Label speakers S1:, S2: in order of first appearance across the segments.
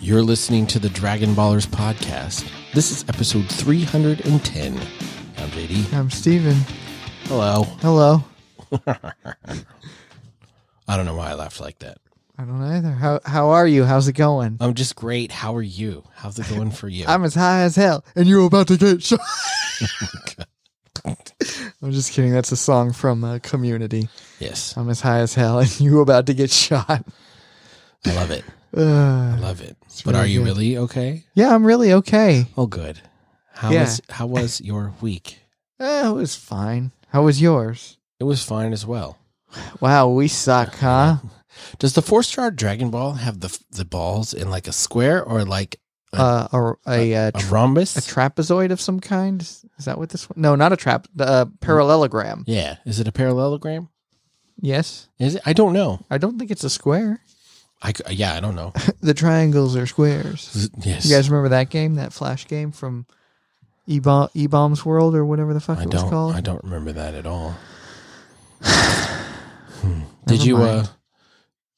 S1: You're listening to the Dragon Ballers podcast. This is episode 310. I'm JD.
S2: I'm Steven.
S1: Hello.
S2: Hello.
S1: I don't know why I laughed like that.
S2: I don't know either. How how are you? How's it going?
S1: I'm just great. How are you? How's it going for you?
S2: I'm as high as hell, and you're about to get shot. I'm just kidding. That's a song from uh, Community.
S1: yes.
S2: I'm as high as hell, and you about to get shot.
S1: I love it. I
S2: Uh,
S1: love it. But
S2: really
S1: are you
S2: good.
S1: really okay?
S2: yeah, I'm really okay.
S1: Oh, good. How
S2: Yeah.
S1: was how was your week?
S2: Uh, it was fine. How was yours?
S1: It was fine as well.
S2: Wow, we suck, huh?
S1: Does the four star Dragon Ball have the the balls in like a square or like
S2: Uh, a a, uh
S1: a
S2: tr-
S1: rhombus?
S2: a trapezoid of some kind. Is that what this one? No, not a trap. The uh, parallelogram.
S1: yeah. Is it a parallelogram?
S2: Yes,
S1: Is it? I don't know.
S2: I don't think it's a square.
S1: I c- yeah, I don't know.
S2: the triangles are squares.
S1: yes.
S2: You guys remember that game, that flash game from E Bombs World or whatever the fuck
S1: I
S2: it was
S1: don't.
S2: called?
S1: I don't remember that at all. Hmm.
S2: Never
S1: Did you? uh
S2: mind.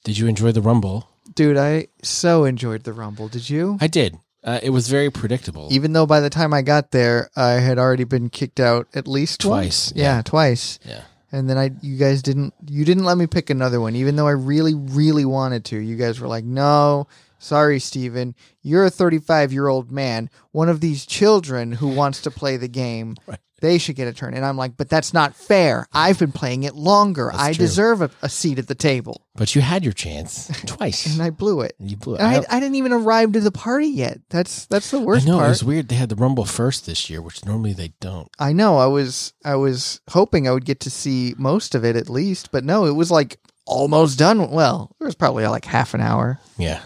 S1: Did you enjoy the rumble?
S2: Dude, I so enjoyed the Rumble. Did you?
S1: I did. Uh, it was very predictable.
S2: Even though by the time I got there, I had already been kicked out at least
S1: Twice,
S2: once. Yeah,
S1: yeah.
S2: twice.
S1: yeah.
S2: And then I, you guys didn't, you didn't let me pick another one, even though I really, really wanted to. You guys were like, "No, sorry, Steven. you're a 35 year old man, one of these children who wants to play the game.
S1: Right.
S2: They should get a turn." And I'm like, "But that's not fair. I've been playing it longer. I
S1: true.
S2: deserve a, a seat at the table."
S1: But you had your chance twice.
S2: And I blew it.
S1: you blew. it.
S2: And
S1: I,
S2: I, I didn't even arrive to the party yet. That's that's the worst
S1: I know
S2: part.
S1: it was weird. They had the rumble first this year, which normally they don't.
S2: I know. I was I was hoping I would get to see most of it at least, but no, it was like almost done. Well, there was probably like half an hour
S1: Yeah.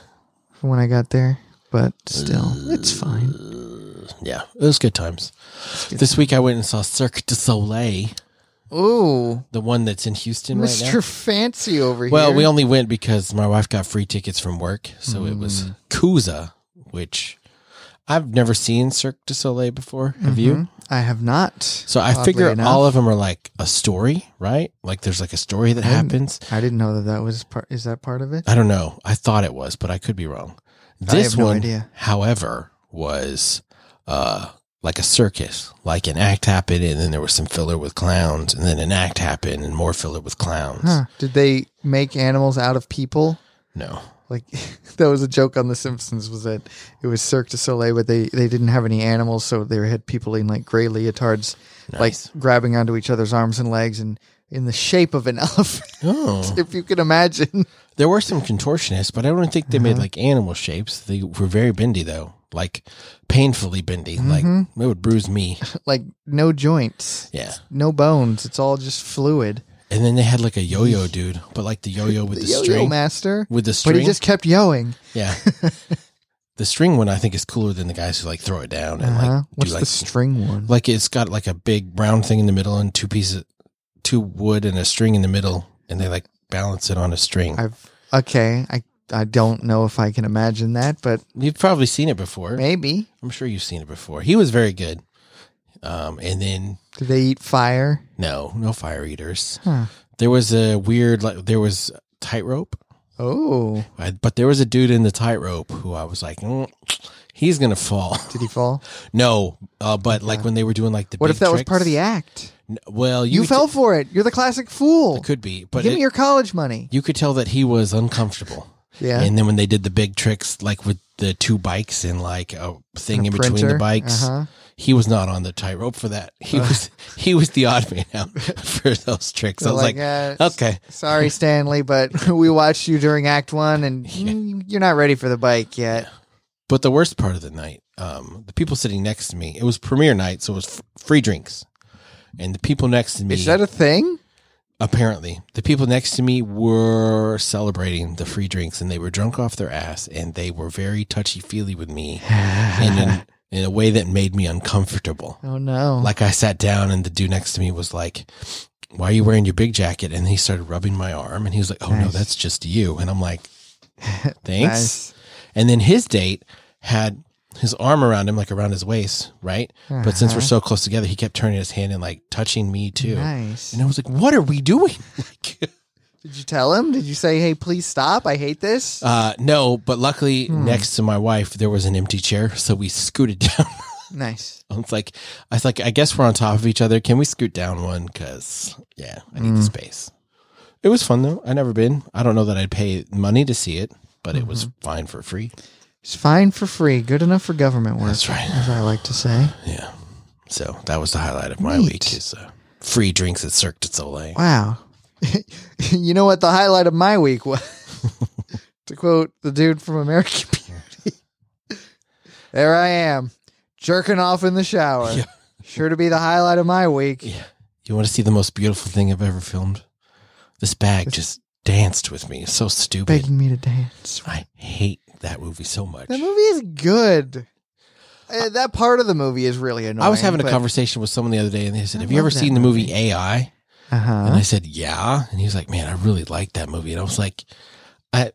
S2: from when I got there, but still, it's fine.
S1: Yeah. It was good times. This week I went and saw Cirque du Soleil,
S2: Ooh,
S1: the one that's in Houston right
S2: Mr.
S1: now.
S2: Fancy over
S1: Well,
S2: here.
S1: we only went because my wife got free tickets from work, so it was
S2: Mm.
S1: Kuza, which I've never seen Cirque du Soleil before. Have you?
S2: I have not.
S1: So I
S2: Mm-hmm. Oddly
S1: figure
S2: enough.
S1: all of them are like a story, right? Like there's like a story that happens.
S2: I didn't know that that was part. Is that part of it?
S1: I don't know. I thought it was, but I could be wrong. This
S2: have no
S1: one,
S2: idea.
S1: however, was uh, like a circus. Like an act happened, and then there was some filler with clowns, and then an act happened, and more filler with clowns.
S2: Huh. Did they make animals out of people?
S1: No,
S2: Like that was a joke on The Simpsons. Was that it was Cirque du Soleil, but they they didn't have any animals, so they had people in like gray leotards,
S1: Nice.
S2: like grabbing onto each other's arms and legs, and in the shape of an elephant,
S1: oh,
S2: if you can imagine.
S1: there were some contortionists, but I don't think they
S2: Mm-hmm.
S1: made like animal shapes. They were very bendy though, like painfully bendy.
S2: Mm-hmm.
S1: Like it would bruise me.
S2: like no joints,
S1: Yeah.
S2: no bones. It's all just fluid.
S1: And then they had like a yo-yo dude, but like the yo-yo with the,
S2: The yo-yo
S1: string.
S2: master,
S1: With the
S2: but
S1: string,
S2: he just kept yoing.
S1: yeah. the string one I think is cooler than the guys who like throw it down and
S2: Uh-huh.
S1: like
S2: What's
S1: do
S2: the
S1: like
S2: string one?
S1: like it's got like a big round thing in the middle and two pieces, two wood and a string in the middle, and they like balance it on a string.
S2: I've okay. I I don't know if I can imagine that, but
S1: You've probably seen it before.
S2: maybe.
S1: I'm sure you've seen it before. He was very good. Um, and then
S2: Do they eat fire?
S1: no, no fire eaters.
S2: Huh.
S1: There was a weird like there was tightrope,
S2: Oh,
S1: I- but there was a dude in the tightrope who I was like, "Mm, he's gonna fall.
S2: did he fall?
S1: no, uh, but like when they were doing like the
S2: What
S1: big
S2: if that was
S1: tricks-
S2: part of the act?
S1: N- Well, you,
S2: You,
S1: could-
S2: fell for it. You're the classic fool.
S1: could be, but
S2: Give
S1: it-
S2: me your college money.
S1: you could tell that he was uncomfortable.
S2: Yeah.
S1: And then when they did the big tricks, like with the two bikes and like a thing
S2: A
S1: in between the
S2: printer,
S1: bikes,
S2: uh-huh.
S1: he was not on the tightrope for that. He was he was the odd man out for those tricks. I was like,
S2: uh,
S1: okay,
S2: sorry, Stanley, but we watched you during Act One, and mm, you're not ready for the bike yet.
S1: But the worst part of the night, um, the people sitting next to me, it was premiere night, so it was f- free drinks. And the people next to me,
S2: Is that a thing?
S1: apparently, the people next to me were celebrating the free drinks and they were drunk off their ass and they were very touchy feely with me in, an, in a way that made me uncomfortable.
S2: Oh no!
S1: Like I sat down and the dude next to me was like, Why are you wearing your big jacket? And he started rubbing my arm and he was like, Oh no,
S2: Nice.
S1: that's just you. And I'm like, Thanks.
S2: Nice.
S1: And then his date had his arm around him, like around his waist, right? But since we're so close together, he kept turning his hand and like touching me too.
S2: Uh-huh. nice.
S1: And I was like, what are we doing? Like,
S2: Did you tell him? Did you say, "Hey, please stop. I hate this."
S1: Uh, no, but luckily
S2: Hmm.
S1: next to my wife there was an empty chair, so we scooted down.
S2: nice.
S1: I was like, I was like, I guess we're on top of each other. Can we scoot down one? Because yeah, I need the
S2: Mm.
S1: space. It was fun though. I never been. I don't know that I'd pay money to see it, but it
S2: Mm-hmm.
S1: was fine for free.
S2: It's fine for free. Good enough for government work,
S1: That's right.
S2: as I like to say.
S1: Yeah. So that was the highlight of my
S2: Neat.
S1: week is uh, free drinks at Cirque du Soleil.
S2: Wow. you know what the highlight of my week was? to quote the dude from American Beauty. there I am, jerking off in the shower.
S1: Yeah.
S2: Sure to be the highlight of my week.
S1: Yeah. You want to see the most beautiful thing I've ever filmed? This bag
S2: This-
S1: just danced with me. It's so stupid.
S2: Begging me to dance.
S1: I hate that movie so much.
S2: That movie is good. Uh, that part of the movie is really annoying.
S1: I was having a
S2: but-
S1: conversation with someone the other day and they said,
S2: I
S1: Have you ever
S2: love that
S1: seen the
S2: movie.
S1: movie AI? And
S2: Uh-huh.
S1: I said, "Yeah." And he was like, "Man, I really like that movie." And I was like, "I,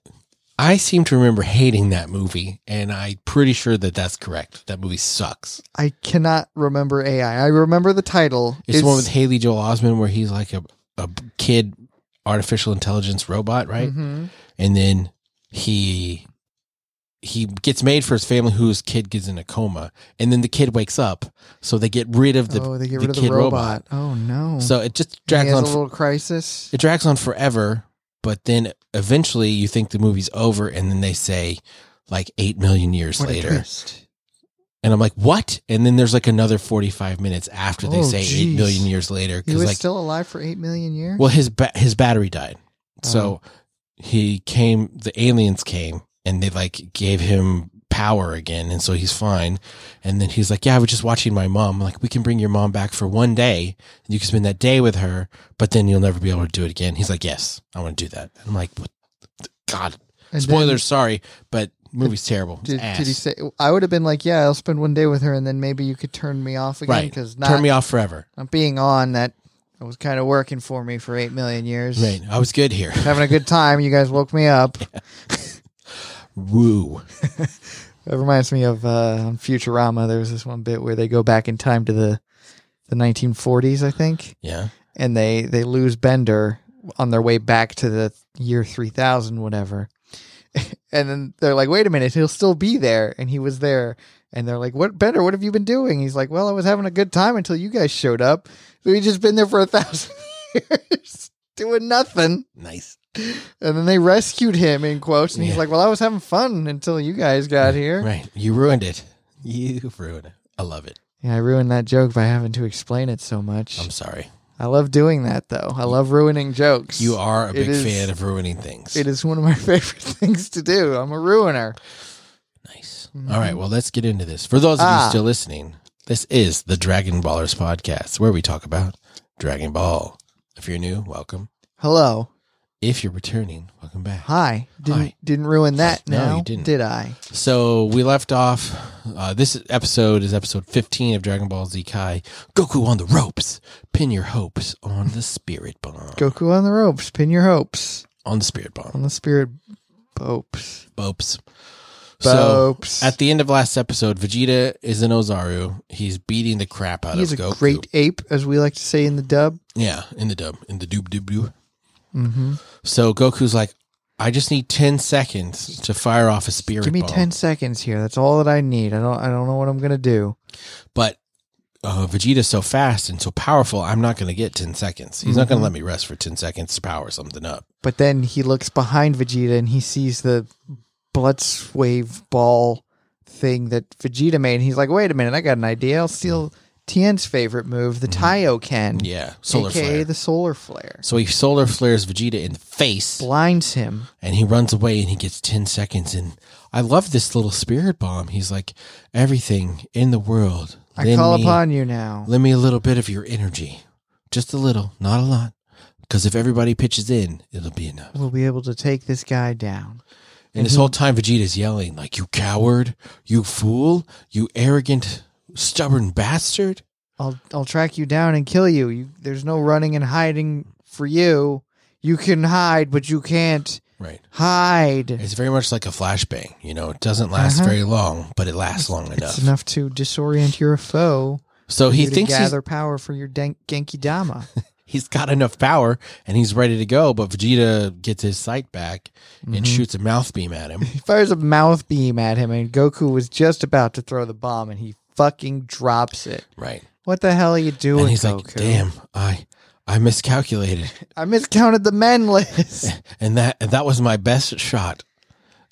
S1: I seem to remember hating that movie, and I'm pretty sure that that's correct. That movie sucks.
S2: I cannot remember AI. I remember the title.
S1: It's, the one with Haley Joel Osment where he's like a a kid artificial intelligence robot, right?
S2: Mhm.
S1: And then he he gets made for his family whose kid gets in a coma and then the kid wakes up so they get rid of the
S2: oh, they get
S1: the
S2: rid of the
S1: kid
S2: robot. Oh no!
S1: so it just
S2: he
S1: drags
S2: has a
S1: on for-
S2: little crisis.
S1: it drags on forever, but then eventually you think the movie's over, and then they say like eight million years
S2: What a
S1: later,
S2: twist.
S1: and I'm like, what? And then there's like another forty five minutes after they
S2: Oh,
S1: say
S2: geez.
S1: eight million years later
S2: He
S1: because
S2: was
S1: like,
S2: still alive for eight million years.
S1: well, his ba- his battery died, so
S2: Oh.
S1: he came. The aliens came, and they like gave him power again, and so he's fine. And then he's like, yeah, I was just watching my mom. I'm like, we can bring your mom back for one day, and you can spend that day with her, but then you'll never be able to do it again. He's like, yes, I want to do that. I'm like, what? God,
S2: And then
S1: spoilers. sorry, but movie's terrible. It's
S2: Did,
S1: ass.
S2: did he say? I would have been like, "Yeah, I'll spend one day with her, and then maybe you could turn me off again
S1: Right.
S2: because
S1: Turn
S2: not,
S1: me off forever.
S2: not being on that that was kind of working for me for eight million years.
S1: Right, I was good here.
S2: Having a good time. You guys woke me up.
S1: Woo.
S2: It reminds me of uh, on Futurama. There was this one bit where they go back in time to the the 1940s, I think,
S1: Yeah.
S2: and they they lose Bender on their way back to the year 3000, whatever. And then they're like, "Wait a minute, he'll still be there," and he was there. And they're like, "What, Bender? What have you been doing?" He's like, "Well, I was having a good time until you guys showed up. So he's just been there for a thousand years doing nothing."
S1: Nice.
S2: And then they rescued him in quotes, and he's
S1: Yeah.
S2: like, "Well, I was having fun until you guys got here."
S1: Right. You ruined it. You ruined it. I love it.
S2: Yeah, I ruined that joke by having to explain it so much.
S1: I'm sorry.
S2: I love doing that though. I love ruining jokes.
S1: You are a
S2: It
S1: big
S2: is-
S1: fan of ruining things.
S2: It is one of my favorite things to do. I'm a ruiner.
S1: Nice. All right. Well, let's get into this. For those of
S2: Ah.
S1: you still listening, this is the Dragon Ballers podcast where we talk about Dragon Ball. If you're new, welcome.
S2: Hello.
S1: If you're returning, welcome back.
S2: Hi. Didn't
S1: Hi.
S2: didn't ruin that
S1: No,
S2: now,
S1: you didn't.
S2: did I?
S1: So we left off. Uh, this episode is episode 15 of Dragon Ball Z Kai. Goku on the ropes. Pin your hopes on the spirit bomb.
S2: Goku on the ropes. Pin your hopes
S1: On the spirit bomb.
S2: on the spirit hopes.
S1: Bopes. So
S2: Bopes.
S1: at the end of last episode, Vegeta is in Ozaru. He's beating the crap out
S2: He's
S1: of
S2: a
S1: Goku.
S2: great ape, as we like to say in the dub.
S1: yeah, in the dub, in the doob doob doo.
S2: Mm-hmm.
S1: So Goku's like, I just need 10 seconds to fire off a spirit
S2: Give me
S1: bomb.
S2: ten seconds here. That's all that I need. I don't. I don't know what I'm gonna do.
S1: But uh, Vegeta's so fast and so powerful, I'm not going to get 10 seconds. He's
S2: Mm-hmm.
S1: not going to let me rest for 10 seconds to power something up.
S2: But then he looks behind Vegeta and he sees the blood wave ball thing that Vegeta made. And he's like, wait a minute, I got an idea. I'll steal Tien's favorite move, the Taioken,
S1: Mm-hmm. Yeah, solar
S2: aka
S1: flare.
S2: the solar flare.
S1: so he solar flares Vegeta in the face
S2: Blinds him.
S1: and he runs away and he gets 10 seconds. And I love this little spirit bomb. He's like, everything in the world.
S2: I
S1: lend
S2: call
S1: me-
S2: upon you now.
S1: Lend me a little bit of your energy. Just a little, not a lot. Because if everybody pitches in, it'll be enough.
S2: We'll be able to take this guy
S1: And
S2: down. Mm-hmm.
S1: this whole time, Vegeta's yelling, like, you coward, you fool, you arrogant, stubborn bastard.
S2: I'll I'll track you down and kill you. you there's no running and hiding for you. You can hide, but you can't
S1: Right.
S2: hide.
S1: It's very much like a flashbang. You know, it doesn't last
S2: Uh-huh.
S1: very long, but it lasts long enough.
S2: It's enough to disorient your foe.
S1: so
S2: for
S1: he
S2: you to
S1: thinks he's,
S2: gather power for your Genki Dama.
S1: he's got enough power and he's ready to go. But Vegeta gets his sight back and
S2: Mhm.
S1: shoots a mouth beam at him.
S2: He fires a mouth beam at him, and Goku was just about to throw the bomb, and he fucking drops it.
S1: Right.
S2: What the hell are you doing,
S1: and he's
S2: Goku?
S1: like, "Damn, I I miscalculated,
S2: I miscounted the men list.
S1: and that and that was my best shot."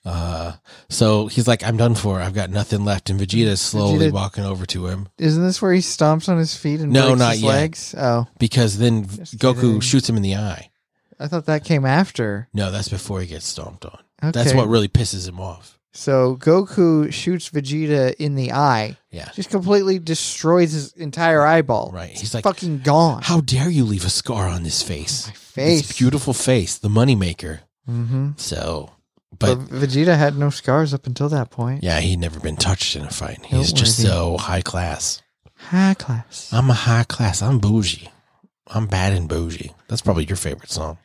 S1: Uh, so he's like, "I'm done for. I've got nothing left." And Vegeta's slowly
S2: Vegeta-
S1: walking over to him
S2: Isn't this where he stomps on his feet and
S1: No,
S2: breaks
S1: not
S2: his
S1: yet.
S2: legs? Oh,
S1: because then
S2: Just
S1: Goku
S2: kidding.
S1: shoots him in the eye.
S2: I thought that came after.
S1: No, that's before he gets stomped on.
S2: Okay.
S1: That's what really pisses him off.
S2: So Goku shoots Vegeta in the eye,
S1: Yeah,
S2: just completely destroys his entire eyeball.
S1: right.
S2: It's
S1: He's like,
S2: fucking gone.
S1: "How dare you leave a scar on this face?
S2: My face.
S1: This beautiful face, the moneymaker."
S2: Mm-hmm.
S1: So,
S2: But,
S1: but
S2: Vegeta had no scars up until that point.
S1: yeah, he'd never been touched in a fight.
S2: Don't
S1: He's just
S2: worry.
S1: so high class.
S2: High class.
S1: I'm a high class. I'm bougie. I'm bad and bougie. That's probably your favorite song.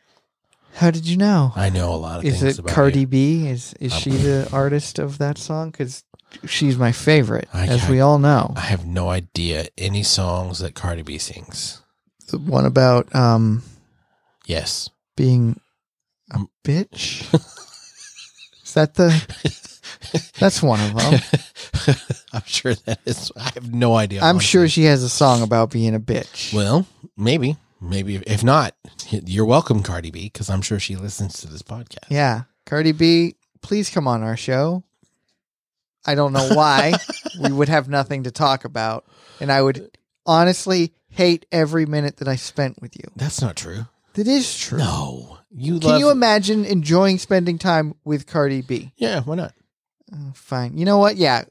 S2: How did you know?
S1: I know a lot of
S2: Is
S1: things
S2: it
S1: about
S2: Cardi
S1: you.
S2: B? Is is
S1: Um,
S2: she the artist of that song? Because she's my favorite,
S1: I-
S2: as
S1: I-
S2: we all know.
S1: I have no idea any songs that Cardi B sings.
S2: The one about um
S1: Yes.
S2: being a
S1: Um,
S2: bitch. is that the? That's one of them.
S1: I'm sure that is. I have no idea.
S2: I'm
S1: honestly.
S2: sure she has a song about being a bitch.
S1: Well, maybe. Maybe. If not, you're welcome, Cardi B, because I'm sure she listens to this podcast.
S2: Yeah, Cardi B, please come on our show. I don't know why we would have nothing to talk about, and I would honestly hate every minute that I spent with you.
S1: That's not true.
S2: That is true.
S1: No. You
S2: Can
S1: love.
S2: you imagine enjoying spending time with Cardi B?
S1: yeah, why not?
S2: Oh, fine. You know what? Yeah,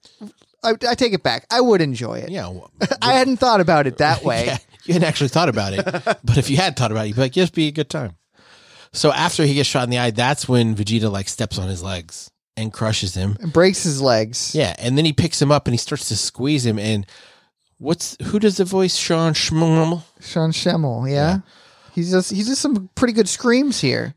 S2: I, I take it back. I would enjoy it.
S1: Yeah. well-
S2: I hadn't thought about it that way.
S1: Yeah, you hadn't actually thought about it, but if you had thought about it, you'd be like, "Yes, be a good time." So after he gets shot in the eye, that's when Vegeta like steps on his legs and crushes him.
S2: And breaks his legs.
S1: Yeah, and then he picks him up and he starts to squeeze him. And what's who does the voice? Sean Schmummel.
S2: Sean Schemmel. Yeah? he's just he's just some pretty good screams here.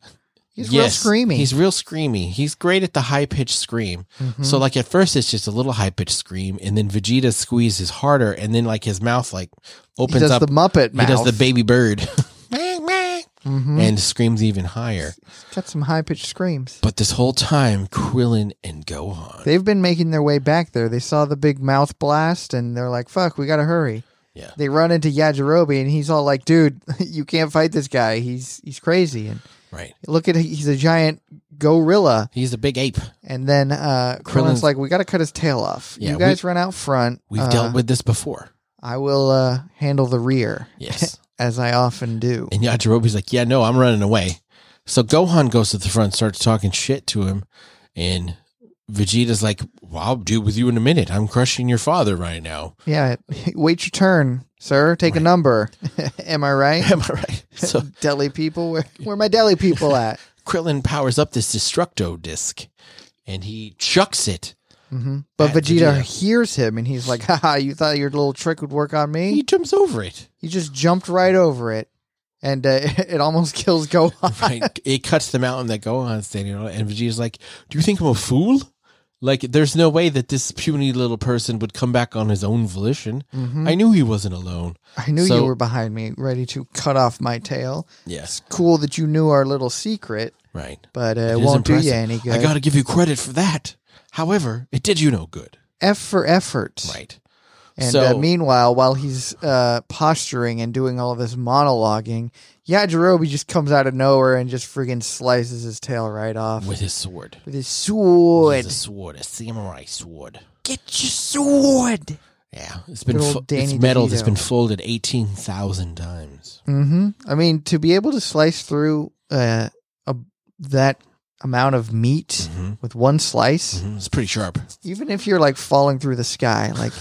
S2: He's
S1: Yes,
S2: real screamy.
S1: He's real screamy. He's great at the high pitched scream.
S2: Mhm.
S1: So like at first it's just a little high pitched scream, and then Vegeta squeezes harder, and then like his mouth like
S2: he
S1: opens
S2: does
S1: up.
S2: the Muppet mouth.
S1: He does the baby bird. Meh, meh,
S2: Mhm.
S1: and screams even higher.
S2: He's got some high pitched screams.
S1: But this whole time, Krillin and Gohan.
S2: They've been making their way back there. They saw the big mouth blast and they're like, fuck, we gotta hurry.
S1: Yeah.
S2: They run into Yajirobe and he's all like, dude, you can't fight this guy. He's he's crazy. And
S1: right.
S2: look at he's a giant gorilla.
S1: He's a big ape.
S2: And then uh Krillin's
S1: Krillin's-
S2: like, We gotta cut his tail off.
S1: Yeah,
S2: you
S1: we-
S2: guys run out front.
S1: We've
S2: Uh,
S1: dealt with this before.
S2: I will uh handle the rear.
S1: Yes.
S2: As I often do.
S1: And Yajirobe's like, yeah, no, I'm running away. So Gohan goes to the front, starts talking shit to him. And Vegeta's like, well, I'll do with you in a minute. I'm crushing your father right now.
S2: Yeah. Wait your turn, sir. Take a
S1: Right.
S2: number. Am I right?
S1: Am I right? So
S2: deli people, where where my deli people at?
S1: Krillin powers up this Destructo disc and he chucks it.
S2: hmm But
S1: At
S2: Vegeta,
S1: Vegeta.
S2: hears him and he's like, haha, you thought your little trick would work on
S1: He
S2: me?
S1: jumps over it.
S2: He just jumped right over it and uh, it almost kills Gohan.
S1: right? It cuts the mountain that Gohan's standing on, and Vegeta's like, "Do you think I'm a fool? Like, there's no way that this puny little person would come back on his own volition.
S2: Mhm.
S1: I knew he wasn't alone.
S2: I knew you
S1: So-
S2: were behind me, ready to cut off my tail.
S1: Yes,
S2: Cool that you knew our little secret,
S1: right.
S2: but uh, it,
S1: is
S2: won't do you
S1: impressive.
S2: any good.
S1: I got to give you credit for that. However, it did you no good,
S2: F for effort.
S1: right?
S2: And uh,
S1: So-
S2: meanwhile, while he's uh, posturing and doing all this monologuing, Yajirobe just comes out of nowhere and just friggin' slices his tail right off
S1: With his sword,
S2: with his
S1: With
S2: sword.
S1: his sword, a samurai sword.
S2: Get your sword.
S1: Yeah, it's been
S2: Good old
S1: fo- it's
S2: Danny
S1: metal that's
S2: DeVito.
S1: been folded eighteen thousand times.
S2: hmm I mean, to be able to slice through uh, a, that amount of meat
S1: Mhm.
S2: with one slice,
S1: Mhm, It's pretty sharp.
S2: even if you're like falling through the sky, like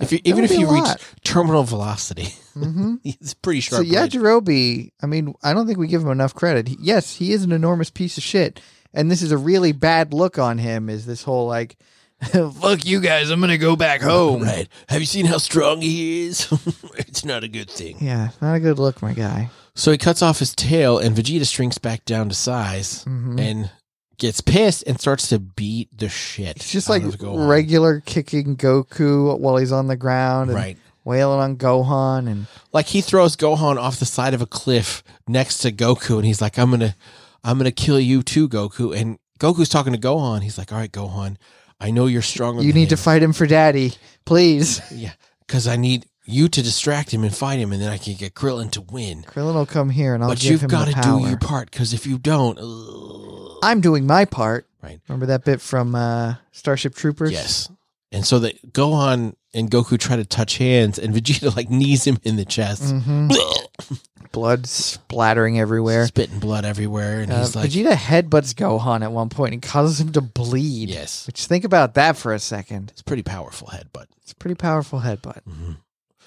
S1: If you,
S2: that
S1: even
S2: would
S1: if
S2: be
S1: you
S2: a
S1: reach
S2: lot.
S1: terminal velocity,
S2: hmm
S1: it's pretty sharp.
S2: so
S1: blade.
S2: Yajirobe, I mean, I don't think we give him enough credit. He, yes, he is an enormous piece of shit, and this is a really bad look on him. Is this whole like, fuck you guys, I'm gonna go back home.
S1: Right. Have you seen how strong he is? it's not a good thing.
S2: Yeah, not a good look, my guy.
S1: So he cuts off his tail, and Vegeta shrinks back down to size
S2: Mhm.
S1: and gets pissed and starts to beat the shit.
S2: It's just
S1: out
S2: like
S1: of Gohan.
S2: regular kicking Goku while he's on the ground. And
S1: Right.
S2: wailing on Gohan and
S1: Like he throws Gohan off the side of a cliff next to Goku, and he's like, "I'm gonna, I'm gonna kill you too, Goku." And Goku's talking to Gohan. He's like, "All right, Gohan, I know you're stronger.
S2: you
S1: than
S2: need to
S1: him.
S2: fight him for daddy, please.
S1: yeah, because I need you to distract him and fight him, and then I can get Krillin to win.
S2: Krillin will come here and I'll
S1: but
S2: give
S1: you've
S2: him
S1: got
S2: the
S1: to
S2: power.
S1: do your part, because if you don't, ugh.
S2: I'm doing my part.
S1: right?
S2: Remember that bit from uh, Starship Troopers?
S1: Yes. And so that Gohan and Goku try to touch hands, and Vegeta like knees him in the chest,
S2: hmm Blood splattering everywhere.
S1: spitting blood everywhere, and
S2: Uh,
S1: he's like,
S2: Vegeta headbutts Gohan at one point and causes him to bleed.
S1: "Yes,
S2: Which think about that for a second.
S1: it's a pretty powerful headbutt."
S2: It's a pretty powerful headbutt.
S1: Mm-hmm.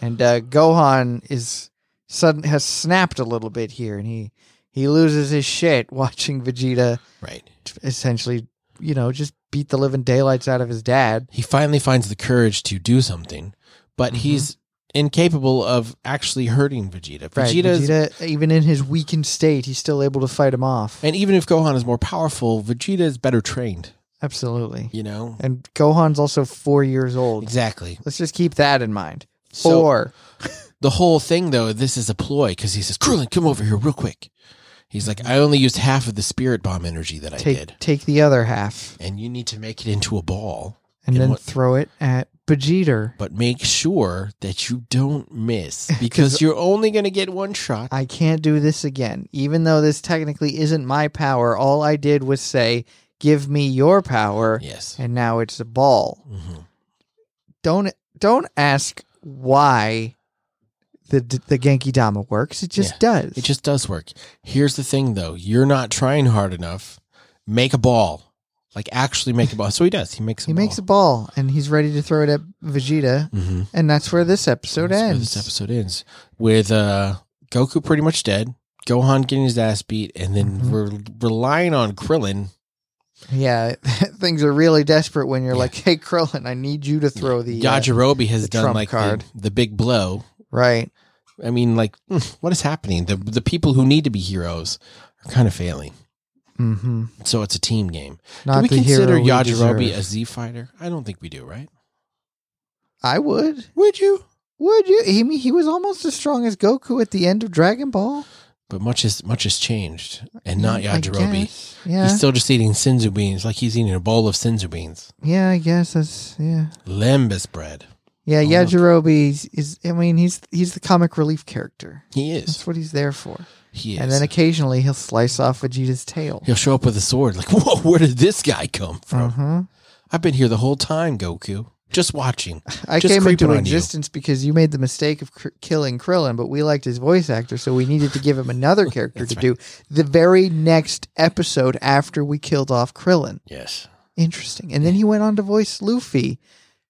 S2: And uh, Gohan is sudden has snapped a little bit here, and he he loses his shit watching Vegeta
S1: Right.
S2: essentially, you know, just beat the living daylights out of his dad.
S1: He finally finds the courage to do something, but
S2: Mhm.
S1: he's incapable of actually hurting Vegeta.
S2: Right,
S1: Vegeta's
S2: Vegeta, even in his weakened state, he's still able to fight him off.
S1: and even if Gohan is more powerful, Vegeta is better trained.
S2: Absolutely.
S1: You know
S2: And Gohan's also four years old.
S1: exactly.
S2: Let's just keep that in mind.
S1: So
S2: Four.
S1: the whole thing though, this is a ploy because he says, "Krillin, come over here real quick." He's like, "I only used half of the spirit bomb energy that I
S2: Mm-hmm. take
S1: did,
S2: take the other half
S1: and you need to make it into a ball,
S2: and
S1: And
S2: then
S1: what-
S2: throw it at Vegeta.
S1: but make sure that you don't miss because you're only going to get one shot."
S2: I can't do this again. Even though this technically isn't my power, all I did was say, "Give me your power,"
S1: yes.
S2: and now it's a ball.
S1: hmm
S2: Don't don't ask why the the Genki Dama works. It just
S1: Yeah.
S2: does.
S1: It just does work. Here's the thing though, you're not trying hard enough. Make a ball. Like actually make a ball. So he does. He makes a
S2: he
S1: ball.
S2: makes a ball and he's ready to throw it at Vegeta,
S1: hmm
S2: and that's where this episode
S1: That's where
S2: ends.
S1: This episode ends with uh, Goku pretty much dead, Gohan getting his ass beat, and then
S2: Mhm.
S1: we're relying on Krillin.
S2: Yeah, things are really desperate when you're
S1: Yeah.
S2: like, "Hey, Krillin, I need you to throw the uh,
S1: Yajirobe has
S2: the
S1: done
S2: trump
S1: like
S2: card.
S1: The, the big blow.
S2: right."
S1: I mean, like, mm, what is happening? The the people who need to be heroes are kind of failing.
S2: Mm-hmm.
S1: So it's a team game.
S2: Not
S1: do we
S2: the
S1: consider
S2: hero we
S1: Yajirobe
S2: deserve.
S1: a Z fighter? I don't think we do, right?
S2: I would.
S1: Would you?
S2: Would you? He he was almost as strong as Goku at the end of Dragon Ball,
S1: But much has much has changed, and not
S2: I
S1: Yajirobe.
S2: guess. Yeah,
S1: He's still just eating sinzu beans, like he's eating a bowl of sinzu beans,
S2: yeah. I guess that's yeah.
S1: lembas bread.
S2: Yeah,
S1: Oh.
S2: Yajirobe is, is. I mean, he's he's the comic relief character.
S1: He is.
S2: That's what he's there for.
S1: He is.
S2: And then occasionally he'll slice off Vegeta's tail.
S1: He'll show up with a sword. Like, whoa, where did this guy come from?
S2: Uh-huh.
S1: I've been here the whole time, Goku. Just watching.
S2: I
S1: Just
S2: came
S1: creeping
S2: into
S1: on you.
S2: existence because you made the mistake of cr- killing Krillin, but we liked his voice actor, so we needed to give him another character to
S1: That's
S2: do the very next episode after we killed off Krillin.
S1: Yes.
S2: Interesting. And then he went on to voice Luffy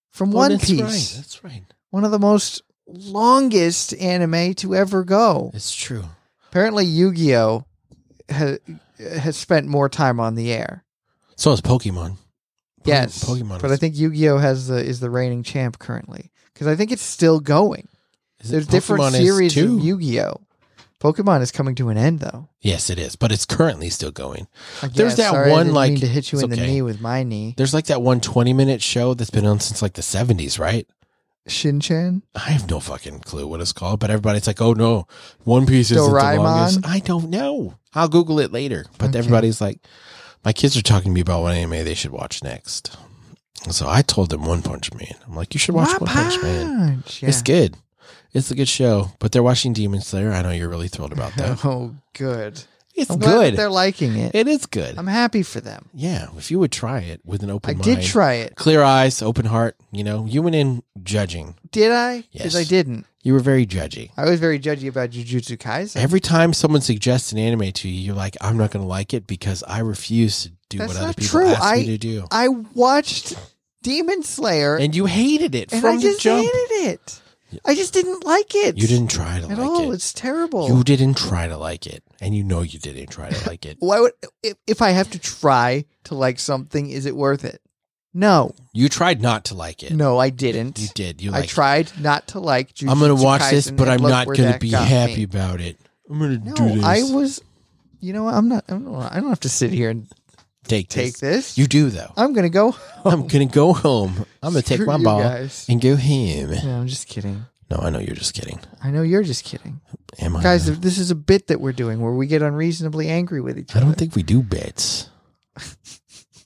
S2: from One
S1: Oh, that's
S2: Piece,
S1: Right. That's right.
S2: one of the most longest anime to ever go.
S1: It's true.
S2: Apparently, Yu Gi Oh! Ha- has spent more time on the air.
S1: So is Pokemon. Pokemon-
S2: Yes,
S1: Pokemon.
S2: But I think Yu-Gi-Oh has the is the reigning champ currently because I think it's still going.
S1: is it
S2: There's different
S1: Pokemon is
S2: series
S1: too?
S2: of Yu-Gi-Oh. Pokemon is coming to an end though.
S1: Yes, it is. But it's currently still going.
S2: I
S1: There's
S2: guess.
S1: that
S2: Sorry, I
S1: one,
S2: didn't
S1: like-
S2: mean to hit you
S1: it's
S2: in the
S1: okay.
S2: knee with my knee.
S1: There's like that one 20 minute show that's been on since like the 70s, right?
S2: Shin-chan.
S1: I have no fucking clue what it's called, but everybody's like, oh no, One Piece isn't
S2: Doraemon?
S1: the longest. I don't know. I'll Google it later. But
S2: Okay.
S1: everybody's like, my kids are talking to me about what anime they should watch next. And So I told them One Punch Man. I'm like, you should watch One Punch Man.
S2: Punch, Yeah.
S1: It's good. It's a good show, but they're watching Demon Slayer. I know you're really thrilled about that.
S2: Oh, good.
S1: It's
S2: I'm glad that
S1: good.
S2: they're liking it.
S1: It is good.
S2: I'm happy for them.
S1: yeah, if you would try it with an open
S2: I
S1: mind.
S2: did try it.
S1: Clear eyes, open heart. You know, you went in judging.
S2: Did I? Because
S1: Yes.
S2: I didn't.
S1: You were very judgy.
S2: I was very judgy about Jujutsu Kaisen.
S1: Every time someone suggests an anime to you, you're like, I'm not going to like it because I refuse to do
S2: That's
S1: what other
S2: not
S1: people
S2: true.
S1: ask
S2: I-
S1: me to do.
S2: I watched Demon Slayer
S1: And you hated it
S2: and
S1: from
S2: I just
S1: the jump.
S2: hated it. I just didn't like it.
S1: You didn't try to
S2: at
S1: like
S2: all.
S1: it.
S2: It's terrible.
S1: You didn't try to like it. And you know you didn't try to like it.
S2: Why would if, if I have to try to like something, is it worth it? No,
S1: You tried not to like it.
S2: no, I didn't.
S1: You did. You
S2: I
S1: like,
S2: tried not to like. Jujutsu
S1: I'm going to watch this,
S2: Kaisen
S1: but
S2: and
S1: I'm
S2: look
S1: not
S2: where
S1: going to
S2: that
S1: be
S2: got
S1: happy
S2: me.
S1: about it. I'm going to
S2: No,
S1: do this.
S2: I was. You know, what? I'm not. I'm not I don't have to sit here and
S1: take
S2: take
S1: this.
S2: this.
S1: You do, though.
S2: I'm gonna go.
S1: I'm going to go home. I'm going to take
S2: Screw
S1: my
S2: you
S1: ball
S2: guys.
S1: and go home.
S2: No, I'm just kidding.
S1: No, I know you're just kidding.
S2: I know you're just kidding.
S1: Am I?
S2: Guys, this is a bit that we're doing where we get unreasonably angry with each
S1: I
S2: other.
S1: don't think we do bits,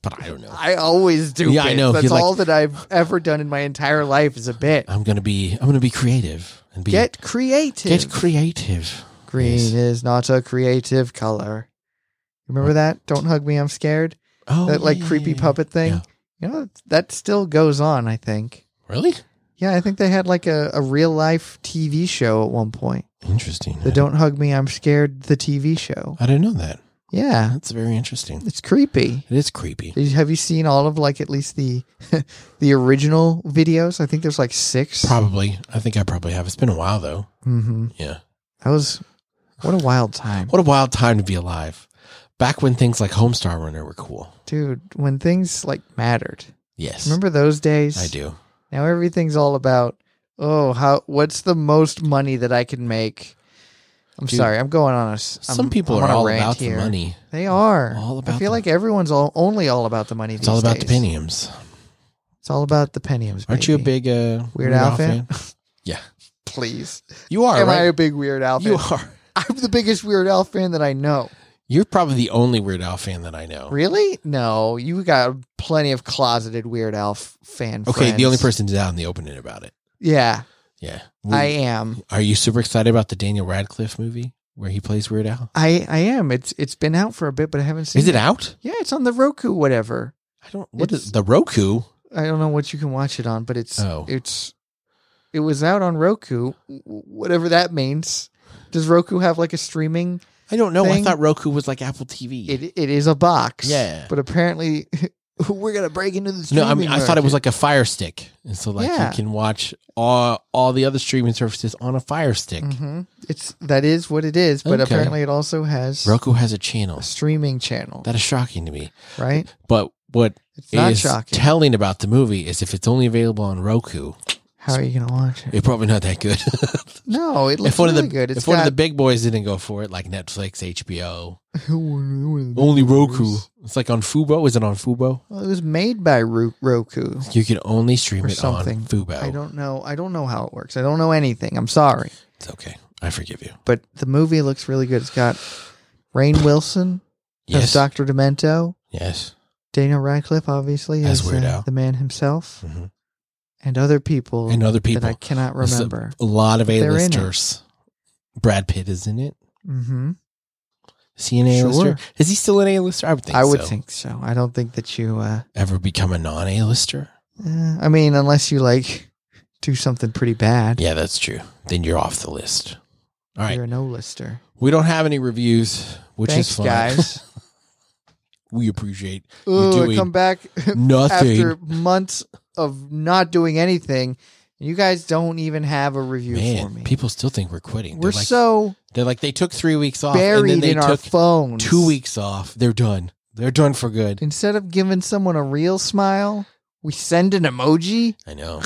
S1: but I don't know.
S2: I always do.
S1: Yeah, I
S2: bits.
S1: know.
S2: That's
S1: You're like-
S2: all that I've ever done in my entire life is a bit.
S1: I'm gonna be. I'm gonna be creative and be
S2: Get creative.
S1: get creative.
S2: Green
S1: Yes.
S2: is not a creative color. Remember that? Don't hug me, I'm scared.
S1: Oh,
S2: that like
S1: yeah,
S2: creepy
S1: yeah, yeah.
S2: puppet thing.
S1: Yeah.
S2: You know that still goes on. I think.
S1: Really
S2: Yeah, I think they had like a, a real life TV show at one point.
S1: interesting.
S2: The Don't Hug Me, I'm Scared, the TV show.
S1: I didn't know that.
S2: Yeah,
S1: That's very interesting.
S2: it's creepy.
S1: It is creepy.
S2: Did- Have you seen all of like at least the the original videos? I think there's like six.
S1: Probably. I think I probably have. It's been a while though.
S2: hmm
S1: Yeah.
S2: That was what a wild time,
S1: What a wild time to be alive. Back when things like Homestar Runner were cool.
S2: dude. When things like mattered.
S1: Yes.
S2: Remember those days?
S1: I do.
S2: Now everything's all about oh how what's the most money that I can make. I'm
S1: Dude,
S2: sorry, I'm going on a. s- I'm-
S1: Some people
S2: I'm on
S1: are
S2: a
S1: all
S2: rant
S1: about
S2: here.
S1: the money.
S2: They are.
S1: All
S2: I
S1: about
S2: feel
S1: the-
S2: like everyone's all, only all about the money.
S1: It's all about the
S2: pennies.
S1: pentiums.
S2: It's all about the pentiums.
S1: Aren't you a
S2: baby.
S1: big uh,
S2: Weird Al fan?
S1: yeah,
S2: Please,
S1: you are.
S2: am I
S1: right?
S2: a big Weird Al fan?
S1: you are.
S2: I'm the biggest Weird Al fan that I know.
S1: You're probably the only Weird Al fan that I know.
S2: Really? No, you got plenty of closeted Weird Al f- fan.
S1: Okay,
S2: friends.
S1: the only person out in the opening about it.
S2: Yeah,
S1: Yeah.
S2: I am.
S1: are you super excited about the Daniel Radcliffe movie where he plays Weird Al?
S2: I I am. It's it's been out for a bit, but I haven't seen.
S1: Is it out?
S2: Yeah, it's on the Roku, whatever.
S1: I don't. What
S2: It's-
S1: is the Roku?
S2: I don't know what you can watch it on, but it's
S1: Oh.
S2: it's it was out on Roku, w- whatever that means. Does Roku have like a streaming?
S1: I don't know. I
S2: thing?
S1: thought Roku was like Apple TV.
S2: It it is a box.
S1: Yeah.
S2: but apparently we're gonna break into the
S1: no,
S2: streaming.
S1: I mean I thought it was
S2: market.
S1: like a Fire Stick, and so like
S2: Yeah.
S1: you can watch all all the other streaming services on a Fire Stick.
S2: Mhm. It's that is what it is, but
S1: Okay.
S2: apparently it also has
S1: Roku has a channel.
S2: a streaming channel,
S1: That is shocking to me.
S2: right?
S1: But what
S2: It's not
S1: is
S2: shocking.
S1: telling about the movie is if it's only available on Roku,
S2: How are you gonna watch it?
S1: it's probably not that good.
S2: No, it looks
S1: if one
S2: really
S1: of the
S2: good. It's
S1: if one of
S2: got
S1: the big boys didn't go for it, like Netflix, HBO,
S2: the,
S1: only Roku. It's like on Fubo. Is it on Fubo?
S2: Well, it was made by Ru- Roku.
S1: You can only stream
S2: Or
S1: it
S2: something.
S1: on Fubo.
S2: I don't know. I don't know how it works. I don't know anything. I'm sorry,
S1: It's okay. I forgive you.
S2: but the movie looks really good. It's got Rain Wilson as
S1: Yes.
S2: Doctor Demento,
S1: yes.
S2: Daniel Radcliffe, obviously
S1: As
S2: as,
S1: Weird
S2: uh,
S1: Al.
S2: the man himself,
S1: Mhm.
S2: and other people,
S1: And other people.
S2: that I cannot
S1: It's a-
S2: remember.
S1: A lot of
S2: They're in it.
S1: A-listers. Brad Pitt is in it.
S2: hmm
S1: Is he an A-lister?
S2: Sure.
S1: Is he still an A-lister? I would think
S2: I would
S1: so.
S2: think so. I don't think that you. Uh,
S1: Ever become a non-A-lister?
S2: uh, I mean, unless you like do something pretty bad,
S1: Yeah, that's true. Then you're off the list. All right.
S2: you're a no lister.
S1: We don't have any reviews, which is
S2: Thanks,
S1: fine.
S2: guys.
S1: We appreciate
S2: Ooh, I
S1: doing
S2: come back
S1: nothing.
S2: after months of not doing anything. You guys don't even have a review for
S1: Man,
S2: me.
S1: people still think we're quitting.
S2: We're
S1: they're like,
S2: so
S1: they're like they took three weeks off, and then
S2: buried
S1: they
S2: in our
S1: took
S2: phones.
S1: two weeks off. They're done. They're done for good.
S2: Instead of giving someone a real smile, we send an emoji.
S1: I know.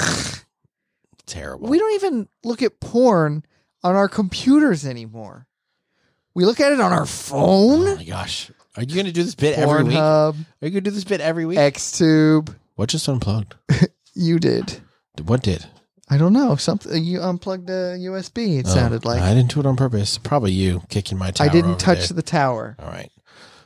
S1: Terrible.
S2: We don't even look at porn on our computers anymore. We look at it on our
S1: Oh
S2: phone.
S1: my gosh. Are you gonna do this bit every week? Are
S2: Pornhub,
S1: you gonna do this bit every week?
S2: XTube.
S1: What just unplugged?
S2: You did.
S1: What did?
S2: I don't know. Something uh, you unplugged a USB. It
S1: Oh,
S2: sounded like
S1: I didn't do it on purpose. Probably you kicking my tower.
S2: I didn't
S1: over
S2: touch
S1: there.
S2: the tower.
S1: All right.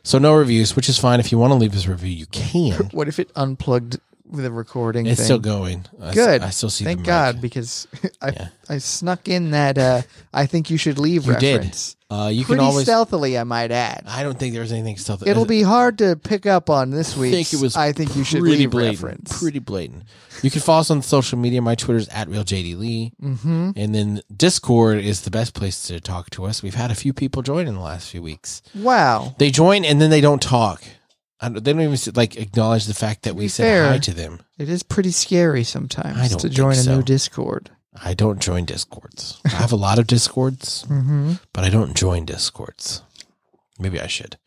S1: So no reviews, which is fine. If you want to leave us a review, you can.
S2: What if it unplugged the recording?
S1: It's
S2: thing?
S1: still going. I s-
S2: Good.
S1: I still see. the
S2: Thank
S1: mic.
S2: God, because I
S1: Yeah.
S2: I snuck in that. Uh, I think you should leave
S1: You did.
S2: reference.
S1: Uh, you
S2: Pretty
S1: can always.
S2: stealthily, I might add.
S1: I don't think there was anything stealthy.
S2: It'll be hard to pick up on this
S1: I
S2: week.
S1: think it was
S2: I think you should
S1: pretty
S2: leave
S1: blatant,
S2: reference.
S1: Pretty blatant. You can follow us on social media. My Twitter's at realjdlee,
S2: hmm
S1: and then Discord is the best place to talk to us. We've had a few people join in the last few weeks.
S2: Wow.
S1: They join and then they don't talk. I don't, they don't even like acknowledge the fact that we
S2: be
S1: said
S2: fair,
S1: hi to them.
S2: It is pretty scary
S1: I
S2: sometimes
S1: don't
S2: to join a
S1: think so.
S2: new Discord.
S1: I don't join discords. I have a lot of discords,
S2: Mm-hmm.
S1: but I don't join discords. Maybe I should.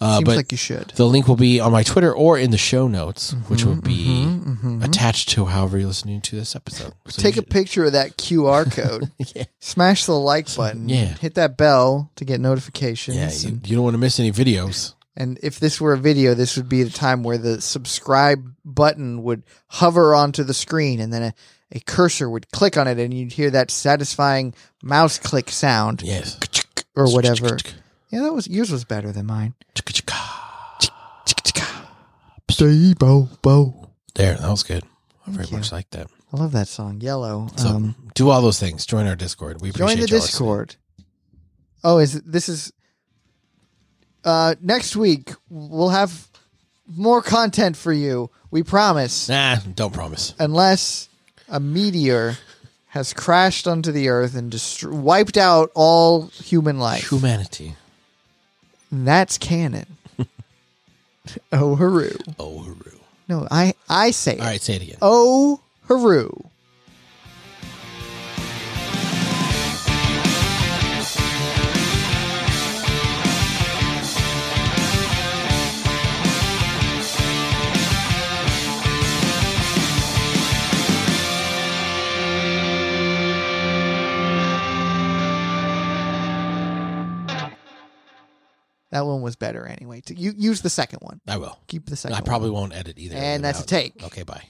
S1: Uh,
S2: Seems
S1: but
S2: like you should.
S1: the link will be on my Twitter or in the show notes, which will be
S2: Mhm, mhm.
S1: attached to however you're listening to this episode. So
S2: Take
S1: you
S2: a picture of that QR code.
S1: should- yeah.
S2: Smash the like button.
S1: Yeah.
S2: Hit that bell to get notifications.
S1: Yeah,
S2: and-
S1: you, you don't want to miss any videos.
S2: And if this were a video, this would be the time where the subscribe button would hover onto the screen and then a, a cursor would click on it and you'd hear that satisfying mouse click sound
S1: Yes.
S2: or whatever. Yeah, that was yours was better than mine. Bo Bo.
S1: There, that was good. I very
S2: Thank you.
S1: much like that.
S2: I love that song, Yellow.
S1: So,
S2: um,
S1: do all those things. Join our Discord. We appreciate
S2: join the
S1: y'all listening.
S2: Discord. Oh, is it- this is uh next week we'll have more content for you. We promise.
S1: Nah, don't promise.
S2: unless a meteor has crashed onto the earth and destr wiped out all human life.
S1: Humanity.
S2: That's canon. oh, hooroo.
S1: Oh, hooroo.
S2: No, I, I say it.
S1: All right, say it again.
S2: Oh, hooroo. That one was better anyway. You use the second one.
S1: I will.
S2: Keep the second.
S1: I
S2: one.
S1: probably won't edit either. of
S2: And
S1: them
S2: that's a
S1: out.
S2: take.
S1: Okay, bye.